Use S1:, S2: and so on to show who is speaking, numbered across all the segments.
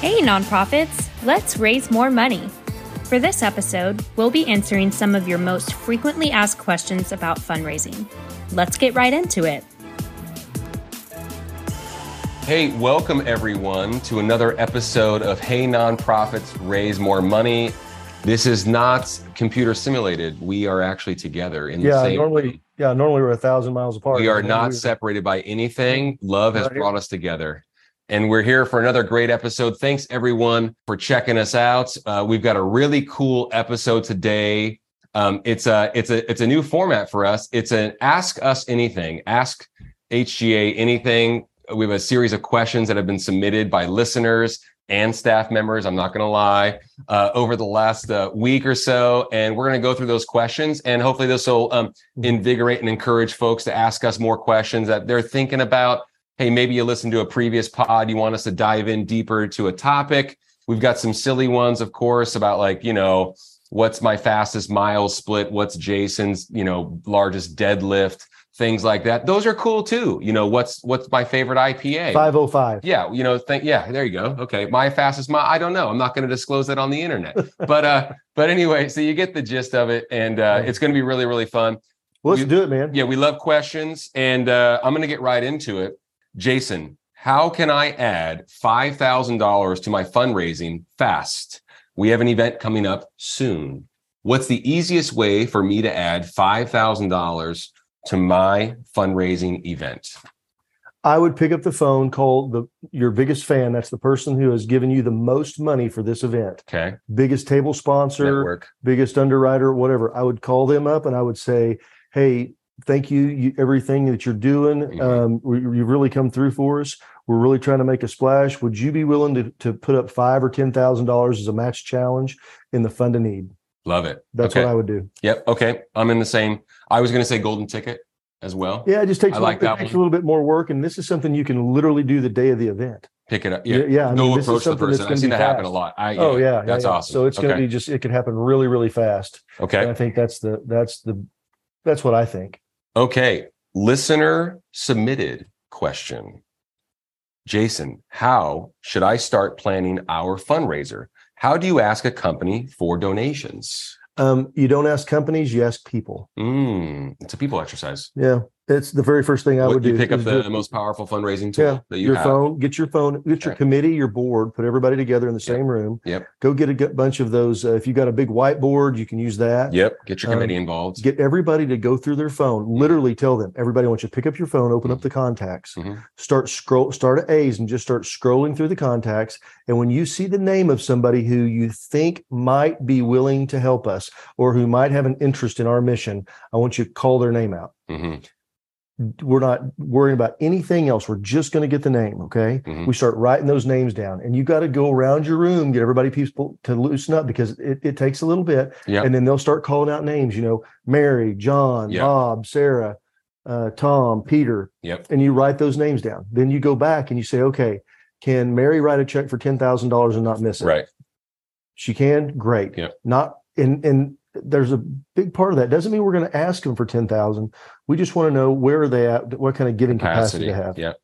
S1: Hey, nonprofits, let's raise more money. For this episode, we'll be answering some of your most frequently asked questions about fundraising. Let's get right into it.
S2: Hey, welcome everyone to another episode of Hey Nonprofits Raise More Money. This is not computer simulated. We are actually together in the
S3: Yeah,
S2: same.
S3: normally, yeah, normally we're a thousand miles apart.
S2: we are
S3: Normally
S2: not
S3: we're-
S2: separated by anything. Love has
S3: Right here.
S2: brought us together. And we're here for another great episode. Thanks everyone for checking us out. Uh, we've got a really cool episode today. Um, it's a it's a it's a new format for us. It's an ask us anything. Ask HGA anything. We have a series of questions that have been submitted by listeners and staff members. I'm not going to lie uh, over the last uh, week or so, and we're going to go through those questions, and hopefully this will um, invigorate and encourage folks to ask us more questions that they're thinking about. Hey, maybe you listened to a previous pod, you want us to dive in deeper to a topic. We've got some silly ones, of course, about like, you know, what's my fastest mile split? What's Jason's, you know, largest deadlift? Things like that. Those are cool too. You know, what's what's my favorite IPA?
S3: 505.
S2: Yeah, you know, think yeah, there you go. Okay. My fastest mile. I don't know. I'm not going to disclose that on the internet. But uh but anyway, so you get the gist of it and uh it's going to be really really fun.
S3: Let's
S2: you-
S3: do it, man.
S2: Yeah, we love questions, and uh, I'm going to get right into it. Jason, how can I add five thousand dollars to my fundraising fast? We have an event coming up soon. What's the easiest way for me to add five thousand dollars to my fundraising event?
S3: I would pick up the phone, call the your biggest fan. That's the person who has given you the most money for this event,
S2: Okay,
S3: biggest table sponsor,
S2: network.
S3: biggest underwriter, whatever. I would call them up and I would say, "Hey, thank you, you everything that you're doing.
S2: Mhm.
S3: Um, we, you've really come through for us. We're really trying to make a splash. Would you be willing to to put up five or ten thousand dollars as a match challenge in the fund a need?"
S2: Love it.
S3: That's
S2: okay.
S3: what I would do.
S2: Yep. Okay, I'm in the same. I was going to say golden ticket as well.
S3: Yeah, it just takes,
S2: I
S3: a little-
S2: like that
S3: it takes a
S2: one.
S3: little bit more work, and this is something you can literally do the day of the event.
S2: Pick it up. Yeah.
S3: Yeah, yeah. I mean,
S2: Go
S3: this is
S2: approach the
S3: something that's
S2: person. I've
S3: gonna
S2: seen
S3: be
S2: that happen a
S3: fast.
S2: lot. I,
S3: oh yeah, yeah,
S2: that's
S3: yeah.
S2: awesome.
S3: So it's going to
S2: Okay.
S3: be just it can happen really, really fast.
S2: Okay.
S3: And I think that's the that's the that's what I think.
S2: Okay, listener submitted question. Jason, how should I start planning our fundraiser? How do you ask a company for donations?
S3: Um, you don't ask companies, you ask people.
S2: Mm, it's a people exercise.
S3: Yeah, it's the very first thing I
S2: What-
S3: would
S2: you
S3: do.
S2: pick up
S3: is
S2: the
S3: do-
S2: most powerful fundraising tool
S3: Yeah,
S2: that you
S3: your
S2: have.
S3: phone, get your phone, get your
S2: Okay.
S3: committee, your board, put everybody together in the
S2: Yep.
S3: same room.
S2: Yep.
S3: Go get a g- bunch of those. Uh, if you got a big whiteboard, you can use that.
S2: Yep, get your
S3: Um,
S2: committee involved.
S3: get everybody to go through their phone literally tell them everybody I want you to pick up your phone open up the contacts
S2: Mhm.
S3: start scroll start at a's and just start scrolling through the contacts and when you see the name of somebody who you think might be willing to help us or who might have an interest in our mission i want you to call their name out
S2: Mhm,
S3: we're not worrying about anything else we're just going to get the name okay
S2: mhm.
S3: we start writing those names down and you got to go around your room get everybody people to loosen up because it, it takes a little bit
S2: Yeah.
S3: and then they'll start calling out names you know mary john
S2: Yeah.
S3: bob sarah uh, tom peter
S2: Yep.
S3: and you write those names down then you go back and you say okay can mary write a check for $10000 and not miss it
S2: Right.
S3: she can great
S2: Yeah.
S3: not and and there's a big part of that doesn't mean we're going to ask them for 10000 we just want to know where are they at what kind of giving capacity,
S2: Capacity.
S3: they have
S2: Yep.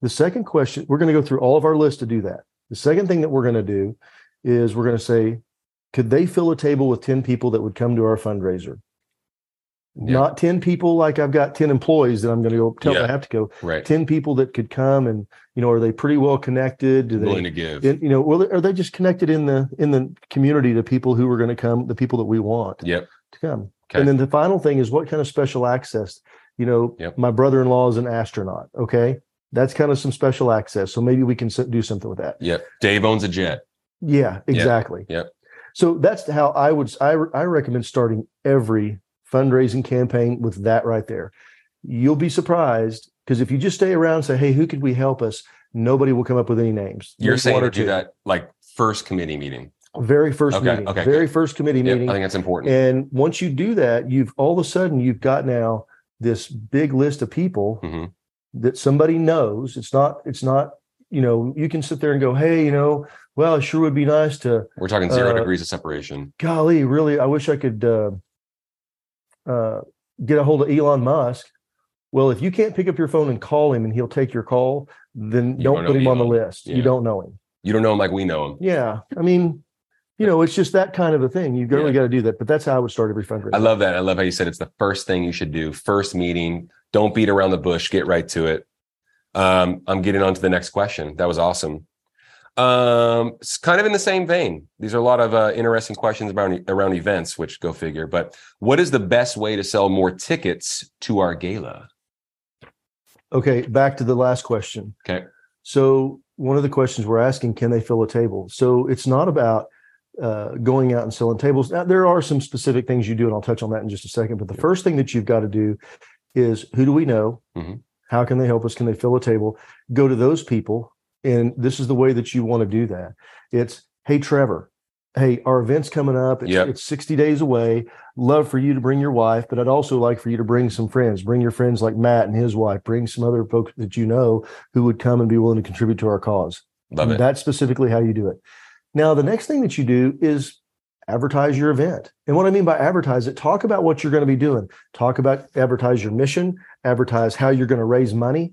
S3: the second question, we're going to go through all of our list to do that. The second thing that we're going to do is we're going to say, could they fill a table with 10 people that would come to our fundraiser?
S2: Yeah.
S3: Not 10 people like I've got 10 employees that I'm going to go tell them
S2: Yeah.
S3: I have to go.
S2: Right.
S3: 10 people that could come and, you know, are they pretty well connected? Do
S2: Willing
S3: they,
S2: to give.
S3: you know, well, are they just connected in the in the community to people who are going to come, the people that we want?
S2: Yep.
S3: to come.
S2: Okay.
S3: And then the final thing is what kind of special access? You know,
S2: Yep.
S3: my brother in law is an astronaut. Okay. That's kind of some special access. So maybe we can s- do something with that.
S2: Yep. Dave owns a jet.
S3: Yeah, exactly.
S2: Yep.
S3: So that's how I would, I, re- I recommend starting every fundraising campaign with that right there. You'll be surprised because if you just stay around and say, hey, who could we help us? Nobody will come up with any names.
S2: You're
S3: Maybe
S2: saying
S3: one
S2: to
S3: or
S2: do
S3: two.
S2: that like first committee meeting.
S3: Very first
S2: Okay,
S3: meeting,
S2: okay,
S3: very first committee
S2: Yep,
S3: meeting.
S2: I think that's important.
S3: And once you do that, you've all of a sudden you've got now this big list of people
S2: Mhm.
S3: that somebody knows. It's not, it's not, you know, you can sit there and go, hey, you know, well, it sure would be nice to,
S2: We're talking zero
S3: Uh,
S2: degrees of separation.
S3: golly, really, I wish I could uh, uh, get a hold of Elon Musk. Well, if you can't pick up your phone and call him and he'll take your call, then
S2: You
S3: don't,
S2: don't
S3: put
S2: know
S3: him on the
S2: Elon.
S3: list.
S2: Yeah.
S3: You don't know him.
S2: You don't know them like we know them.
S3: Yeah. I mean, you know, it's just that kind of a thing. You've really
S2: Yeah.
S3: got to do that. But that's how I would start every fundraiser.
S2: I love that. I love how you said it's the first thing you should do. First meeting. Don't beat around the bush. Get right to it. Um, I'm getting on to the next question. That was awesome. Um, it's kind of in the same vein. These are a lot of uh, interesting questions around around events, which go figure. But what is the best way to sell more tickets to our gala?
S3: Okay, back to the last question.
S2: Okay.
S3: So one of the questions we're asking: Can they fill a table? So it's not about uh, going out and selling tables. Now, there are some specific things you do, and I'll touch on that in just a second. But the
S2: Yeah.
S3: first thing that you've got to do is: Who do we know?
S2: Mhm.
S3: How can they help us? Can they fill a table? Go to those people, and this is the way that you want to do that. It's hey, Trevor. Hey, our event's coming up. It's,
S2: Yep.
S3: it's 60 days away. Love for you to bring your wife, but I'd also like for you to bring some friends. Bring your friends like Matt and his wife. Bring some other folks that you know who would come and be willing to contribute to our cause.
S2: Love it.
S3: That's specifically how you do it. Now, the next thing that you do is advertise your event. And what I mean by advertise it, talk about what you're going to be doing. Talk about advertise your mission, advertise how you're going to raise money.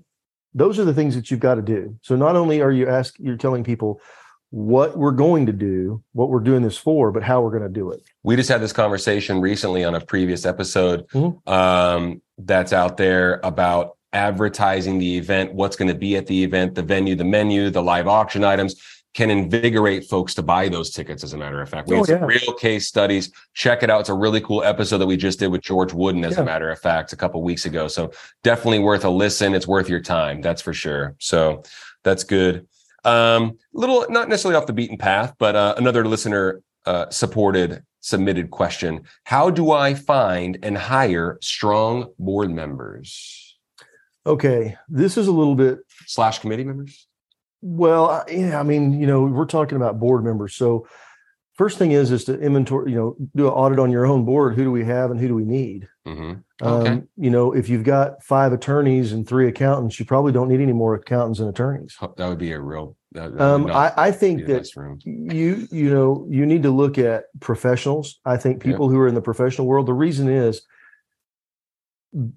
S3: Those are the things that you've got to do. So not only are you ask you're telling people what we're going to do, what we're doing this for, but how we're going to do it.
S2: we just had this conversation recently on a previous episode
S3: Mhm.
S2: um, that's out there about advertising the event, what's going to be at the event, the venue, the menu, the live auction items can invigorate folks to buy those tickets. As a matter of fact, we
S3: Oh,
S2: had some
S3: yeah.
S2: real case studies. Check it out. It's a really cool episode that we just did with George Wooden, as a
S3: Yeah.
S2: matter of fact, a couple weeks ago. So definitely worth a listen. It's worth your time. That's for sure. So that's good. Um, little, not necessarily off the beaten path, but uh, another listener uh, supported submitted question: How do I find and hire strong board members
S3: Okay, this is a little bit
S2: slash committee members?
S3: Well, I- yeah, I mean, you know, we're talking about board members. So first thing is is to inventory, you know, do an audit on your own board. Who do we have and who do we need?
S2: hmm Okay.
S3: Um, you know, if you've got five attorneys and three accountants, you probably don't need any more accountants and attorneys.
S2: That would be a real. That, that
S3: Um,
S2: would not
S3: I, I
S2: be
S3: think
S2: the
S3: that
S2: best room.
S3: you you know you need to look at professionals i think
S2: Yeah.
S3: people who are in the professional world the reason is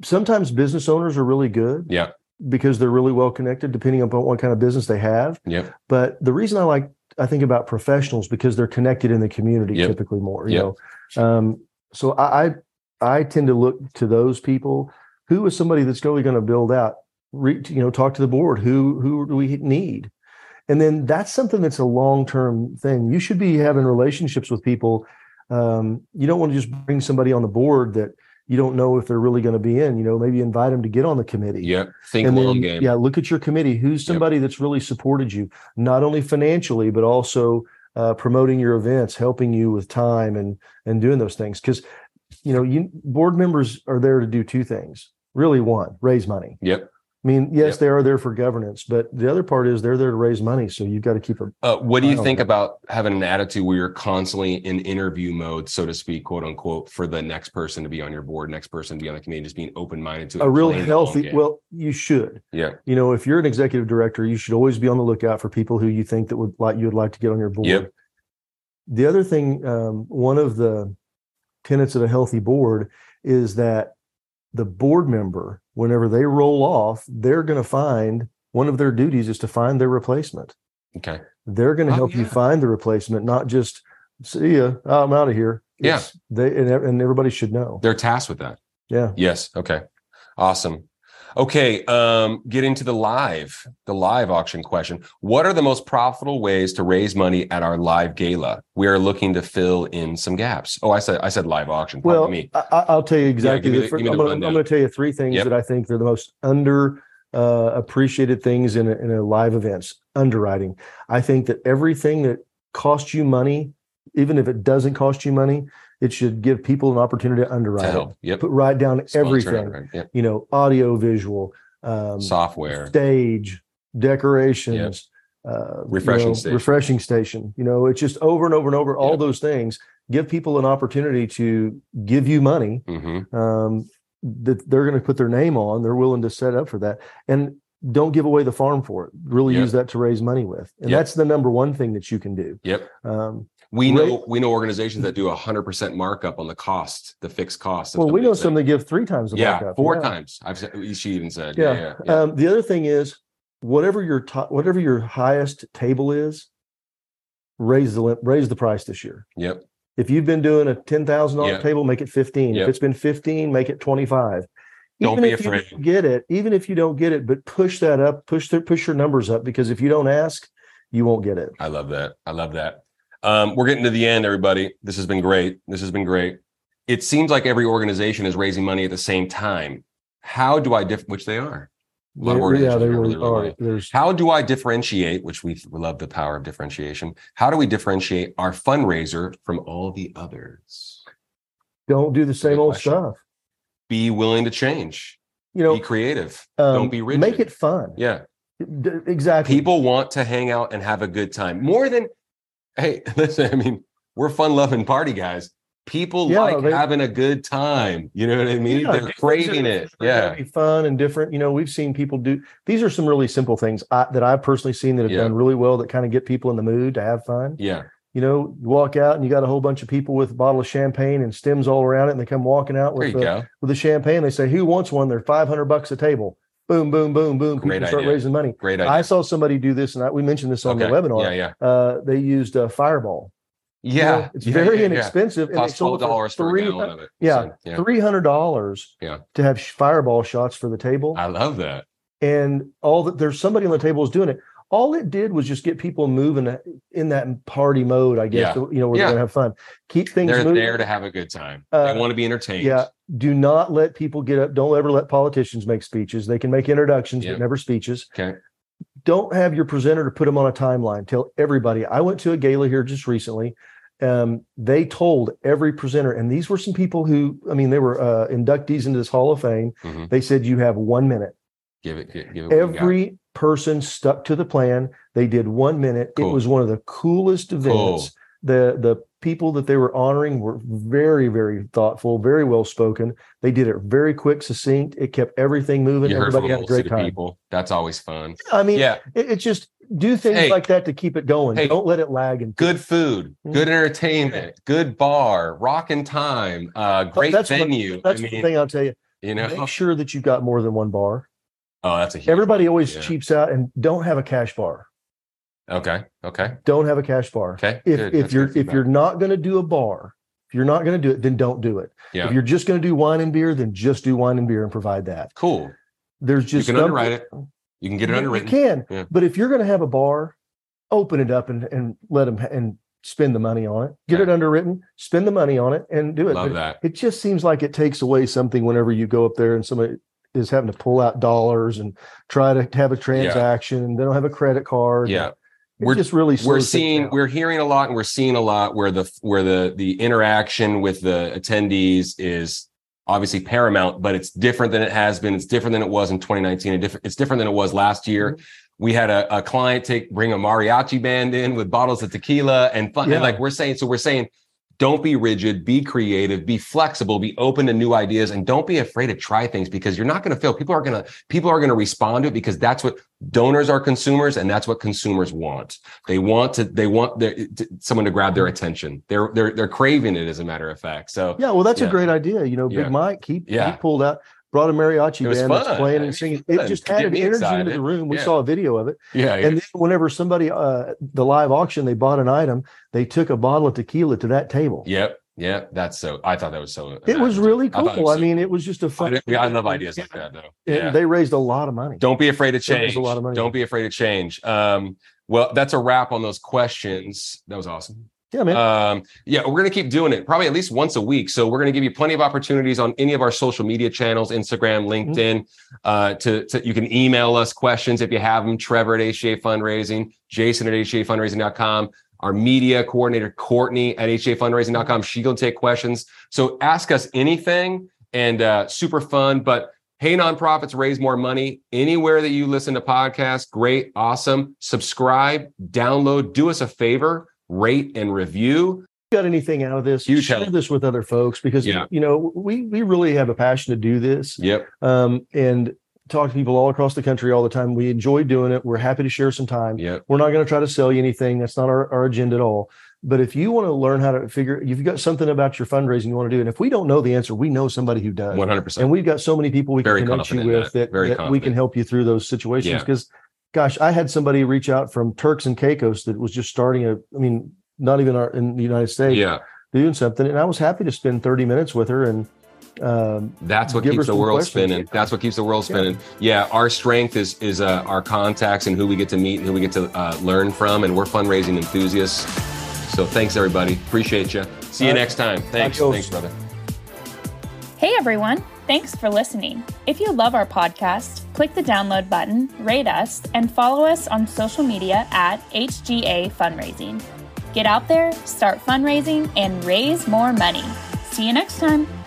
S3: sometimes business owners are really good
S2: Yeah.
S3: because they're really well connected depending upon what kind of business they have
S2: Yep.
S3: but the reason i like i think about professionals because they're connected in the community
S2: Yep.
S3: typically more you
S2: Yep.
S3: know um so I, I i tend to look to those people who is somebody that's really going to build out re, you know talk to the board who who do we need and then that's something that's a long term thing. You should be having relationships with people. Um, you don't want to just bring somebody on the board that you don't know if they're really going to be in. You know, maybe invite them to get on the committee.
S2: Yep. Think
S3: And
S2: long
S3: then,
S2: game.
S3: yeah, look at your committee. Who's
S2: Yep.
S3: somebody that's really supported you, not only financially, but also uh, promoting your events, helping you with time and and doing those things. Because you know, you board members are there to do two things. Really, one, raise money.
S2: Yep.
S3: I mean, yes,
S2: Yep.
S3: they are there for governance, but the other part is they're there to raise money. So you've got to keep a
S2: Uh, what do
S3: I
S2: you
S3: don't
S2: think
S3: know.
S2: about having an attitude where you're constantly in interview mode, so to speak, quote unquote, for the next person to be on your board, next person to be on the committee, just being open minded to it
S3: a
S2: and
S3: real
S2: playing the long
S3: healthy.
S2: game?
S3: Well, you should.
S2: yeah,
S3: You know, if you're an executive director, you should always be on the lookout for people who you think that would like you would like to get on your board.
S2: Yep.
S3: The other thing, um, one of the tenets of a healthy board is that the board member, whenever they roll off, they're going to find one of their duties is to find their replacement.
S2: okay,
S3: They're going to
S2: Oh,
S3: help you
S2: yeah.
S3: find the replacement, not just see ya, I'm out of here.
S2: Yeah.
S3: It's- they and, and everybody should know.
S2: they're tasked with that.
S3: Yeah,
S2: Yes. Okay. Awesome. Okay. Um, get into the live, the live auction question. What are the most profitable ways to raise money at our live gala? We are looking to fill in some gaps. Oh, I said I said live auction. Pardon
S3: Well,
S2: me.
S3: I, I- I'll tell you exactly.
S2: me
S3: the
S2: the-
S3: fir-
S2: give me the
S3: I'm gonna- I'm
S2: rundown.
S3: going to tell you three things
S2: Yep.
S3: that I think they're the most under uh, appreciated things in a, in a live events underwriting. I think that everything that costs you money, even if it doesn't cost you money, it should give people an opportunity to
S2: To
S3: underwrite.
S2: help.
S3: it.
S2: Yep.
S3: Put write down
S2: Sponsor,
S3: everything.
S2: right, Yep.
S3: You know, audio, visual, um,
S2: Software.
S3: stage, decorations. Uh, you
S2: Refreshing
S3: know,
S2: station.
S3: refreshing station. You know, it's just over and over and over. All
S2: Yep.
S3: those things give people an opportunity to give you money
S2: hmm
S3: um, that they're going to put their name on. They're willing to set up for that, and don't give away the farm for it. Really
S2: Yeah.
S3: use that to raise money with, and
S2: Yeah.
S3: that's the number one thing that you can do.
S2: Yep.
S3: Um,
S2: We
S3: Ra-
S2: know we know organizations that do a hundred percent markup on the cost, the fixed cost. of
S3: well, we know
S2: somebody's
S3: some that give three times
S2: thing.
S3: the
S2: Yeah,
S3: markup.
S2: four
S3: Yeah.
S2: times. I've said, she even said, yeah,
S3: Yeah.
S2: yeah, yeah.
S3: Um, the other thing is, whatever your top, whatever your highest table is, raise the lim- raise the price this year.
S2: Yep.
S3: If you've been doing a ten thousand
S2: Yeah.
S3: dollar table, make it fifteen.
S2: Yeah.
S3: If it's been fifteen, make it twenty five.
S2: Don't be
S3: if you
S2: afraid.
S3: don't get it, even if you don't get it, but push that up, push the, push your numbers up because if you don't ask, you won't get it.
S2: I love that. I love that. Um, we're getting to the end, everybody. This has been great. This has been great. It seems like every organization is raising money at the same time. How do I diff? Which they are. A lot of
S3: They- yeah,
S2: organizations
S3: they
S2: are really
S3: really
S2: low
S3: are.
S2: money.
S3: There's
S2: How do I differentiate? Which we love the power of differentiation. How do we differentiate our fundraiser from all the others?
S3: don't do the same
S2: Good
S3: old
S2: question.
S3: stuff.
S2: Be willing to change.
S3: You know,
S2: be creative.
S3: um,
S2: don't be rigid.
S3: Make it fun.
S2: Yeah.
S3: D- exactly.
S2: people want to hang out and have a good time more than hey listen i mean we're fun loving party guys people
S3: Yeah,
S2: like
S3: they-
S2: having a good time you know what i mean
S3: Yeah,
S2: they're
S3: things
S2: craving
S3: are-
S2: it
S3: are gonna
S2: yeah
S3: be fun and different. You know, we've seen people do. These are some really simple things I, that I've personally seen that have
S2: Yeah.
S3: done really well. That kind of get people in the mood to have fun.
S2: yeah
S3: You know, you walk out and you got a whole bunch of people with a bottle of champagne and stems all around it, and they come walking out
S2: there
S3: with
S2: you
S3: the,
S2: go
S3: with the champagne. They say, "Who wants one?" They're five hundred bucks a table. Boom, boom, boom, boom.
S2: Great
S3: people start
S2: idea.
S3: raising money.
S2: great idea
S3: I saw somebody do this, and I, we mentioned this on
S2: Okay.
S3: the webinar.
S2: yeah yeah
S3: Uh, they used uh, Fireball. You
S2: yeah
S3: know, it's
S2: yeah,
S3: very
S2: yeah, yeah.
S3: inexpensive. and they
S2: cost
S3: sold
S2: twelve
S3: it for
S2: dollars for a
S3: three-
S2: gallon of it
S3: yeah.
S2: So, yeah
S3: three hundred dollars
S2: Yeah.
S3: to have sh- fireball shots for the table,
S2: i love that
S3: and all that there's somebody on the table is doing it. All it did was just get people moving uh, in that party mode, I guess. You know, where
S2: Yeah.
S3: they're gonna have fun. Keep things
S2: they're
S3: moving.
S2: there to have a good time
S3: Uh,
S2: they want to be entertained
S3: yeah. Do not let people get up. Don't ever let politicians make speeches. They can make introductions,
S2: Yeah.
S3: but never speeches.
S2: Okay.
S3: Don't have your presenter to put them on a timeline. Tell everybody. I went to a gala here just recently. Um, they told every presenter, and these were some people who, I mean, they were uh, inductees into this Hall of Fame.
S2: Mhm.
S3: They said, You have one minute.
S2: give it give, give it what you got.
S3: Every person stuck to the plan. They did one minute. It
S2: Cool.
S3: was one of the coolest events.
S2: Cool.
S3: The the people that they were honoring were very very thoughtful, very well spoken. They did it very quick, succinct. It kept everything moving.
S2: you heard from
S3: Everybody
S2: a
S3: had a
S2: whole set
S3: great
S2: of
S3: time.
S2: people that's always fun
S3: I mean,
S2: yeah
S3: it, it's just do things
S2: Hey.
S3: like that to keep it going.
S2: Hey.
S3: Don't let it lag. And
S2: good food,
S3: Mm.
S2: good entertainment, good bar, rocking time, uh, great
S3: that's what-
S2: venue.
S3: that's
S2: I
S3: the
S2: mean,
S3: thing I'll tell you.
S2: you know,
S3: Make sure that you've got more than one bar.
S2: oh, that's a huge
S3: Everybody always
S2: yeah.
S3: cheaps out and don't have a cash bar.
S2: Okay, okay,
S3: Don't have a cash bar.
S2: okay.
S3: if
S2: good,
S3: if
S2: that's
S3: you're
S2: good
S3: if you're
S2: feedback.
S3: not going to do a bar, if you're not going to do it, then don't do it.
S2: Yeah.
S3: If you're just going to do wine and beer, then just do wine and beer and provide that.
S2: cool,
S3: There's just
S2: you can
S3: some-
S2: underwrite it. You can get it
S3: You-
S2: underwritten.
S3: You can,
S2: Yeah.
S3: but if you're going to have a bar, open it up and and let them and spend the money on it. Get
S2: Okay.
S3: it underwritten, spend the money on it, and do it.
S2: Love
S3: But
S2: that.
S3: It just seems like it takes away something whenever you go up there and somebody is having to pull out dollars and try to have a transaction and they don't have a credit card.
S2: Yeah.
S3: It
S2: We're-
S3: just really
S2: we're
S3: slows things
S2: seeing
S3: down.
S2: we're hearing a lot and we're seeing a lot where the where the the interaction with the attendees is obviously paramount but it's different than it has been it's different than it was in 2019 and different it's different than it was last year
S3: Mm-hmm.
S2: we had a, a client take bring a mariachi band in with bottles of tequila and fun
S3: Yeah.
S2: and like we're saying so we're saying don't be rigid be creative be flexible be open to new ideas and don't be afraid to try things because you're not going to fail people are going to people are going to respond to it because that's what donors are consumers and that's what consumers want they want to they want their, to, someone to grab their attention they're they're they're craving it as a matter of fact so
S3: Yeah, well, that's
S2: Yeah.
S3: a great idea. You know, Big
S2: Yeah.
S3: Mike, he,
S2: Yeah.
S3: he pulled out, brought a mariachi
S2: It was
S3: band
S2: fun.
S3: that's playing
S2: It
S3: and
S2: was
S3: singing.
S2: fun.
S3: It just
S2: Get
S3: added
S2: me
S3: energy
S2: excited.
S3: into the room. We
S2: Yeah.
S3: saw a video of it.
S2: yeah, yeah.
S3: And then whenever somebody, uh, the live auction, they bought an item, they took a bottle of tequila to that table.
S2: yep yep that's so i thought that was so
S3: It was really
S2: I thought it
S3: cool.
S2: was
S3: I,
S2: so
S3: mean,
S2: cool.
S3: it was just a
S2: I,
S3: fun.
S2: didn't- yeah, I love ideas like that though
S3: And
S2: yeah
S3: They raised a lot of money.
S2: don't be afraid to
S3: It was a
S2: change
S3: lot of money.
S2: don't be afraid to change um well that's a wrap on those questions that was awesome
S3: Yeah, man.
S2: Um, yeah, we're gonna keep doing it probably at least once a week. So we're gonna give you plenty of opportunities on any of our social media channels, Instagram,
S3: Mm-hmm.
S2: LinkedIn. Uh, to, to you can email us questions if you have them. Trevor at HCA Fundraising, Jason at HCAFundraising.com. Our media coordinator Courtney at HCAFundraising.com. She gonna take questions. So ask us anything, and uh, super fun. But hey, nonprofits raise more money anywhere that you listen to podcasts. Great, awesome. Subscribe, download, do us a favor rate and review.
S3: got anything out of this?
S2: Huge
S3: share
S2: help.
S3: this with other folks because
S2: Yeah.
S3: you know we we really have a passion to do this.
S2: Yep.
S3: um, and talk to people all across the country all the time. We enjoy doing it. We're happy to share some time.
S2: Yep.
S3: We're not going to try to sell you anything. That's not our, our agenda at all. But if you want to learn how to figure, you've got something about your fundraising you want to do, and if we don't know the answer, we know somebody who does.
S2: 100%.
S3: And we've got so many people we
S2: Very
S3: can connect you
S2: confident in
S3: with
S2: that.
S3: that,
S2: Very
S3: that we can
S2: confident.
S3: help you through those situations
S2: Yeah.
S3: because gosh, I had somebody reach out from Turks and Caicos that was just starting a, I mean, not even our, in the United States
S2: Yeah,
S3: doing something. And I was happy to spend 30 minutes with her. And um,
S2: that's what
S3: Give her
S2: keeps the
S3: some
S2: world
S3: questions.
S2: spinning. That's what keeps the world spinning. Yeah, our strength is is uh, our contacts and who we get to meet and who we get to uh, learn from, and we're fundraising enthusiasts. So thanks everybody, appreciate you. See you
S3: All right.
S2: next time. Thanks,
S3: Adios.
S2: thanks brother.
S1: Hey everyone, thanks for listening. If you love our podcast, click the download button, rate us, and follow us on social media at HGA Fundraising. Get out there, start fundraising, and raise more money. See you next time.